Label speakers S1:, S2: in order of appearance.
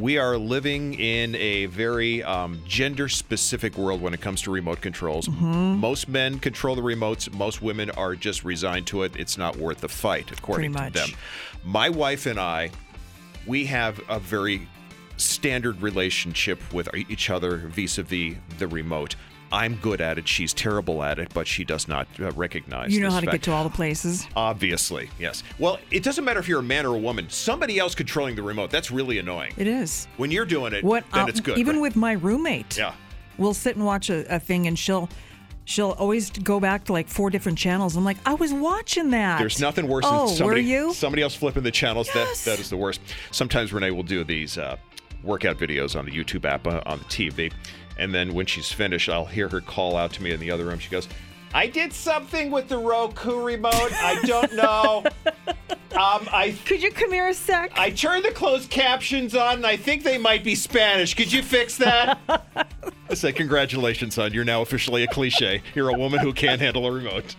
S1: We are living in a very um, gender specific world when it comes to remote controls.
S2: Mm-hmm.
S1: Most men control the remotes, most women are just resigned to it. It's not worth the fight, according
S2: Pretty
S1: to
S2: much.
S1: them. My wife and I, we have a very standard relationship with each other vis-a-vis the remote. I'm good at it. She's terrible at it, but she does not uh, recognize.
S2: You know
S1: this
S2: how to
S1: fact.
S2: get to all the places.
S1: Obviously, yes. Well, it doesn't matter if you're a man or a woman. Somebody else controlling the remote. That's really annoying.
S2: It is.
S1: When you're doing it,
S2: What
S1: then
S2: I'll-
S1: it's good.
S2: Even
S1: right?
S2: with my roommate.
S1: Yeah.
S2: We'll sit and watch a, a thing and she'll she'll always go back to like four different channels. I'm like, I was watching that.
S1: There's nothing worse
S2: oh,
S1: than somebody,
S2: were you?
S1: somebody else flipping the channels.
S2: Yes.
S1: That that is the worst. Sometimes Renee will do these uh, workout videos on the YouTube app uh, on the TV, and then when she's finished, I'll hear her call out to me in the other room. She goes, "I did something with the Roku remote. I don't know. um, I."
S2: Could you come here a sec?
S1: I turned the closed captions on, and I think they might be Spanish. Could you fix that? I say, congratulations, son. You're now officially a cliche. You're a woman who can't handle a remote.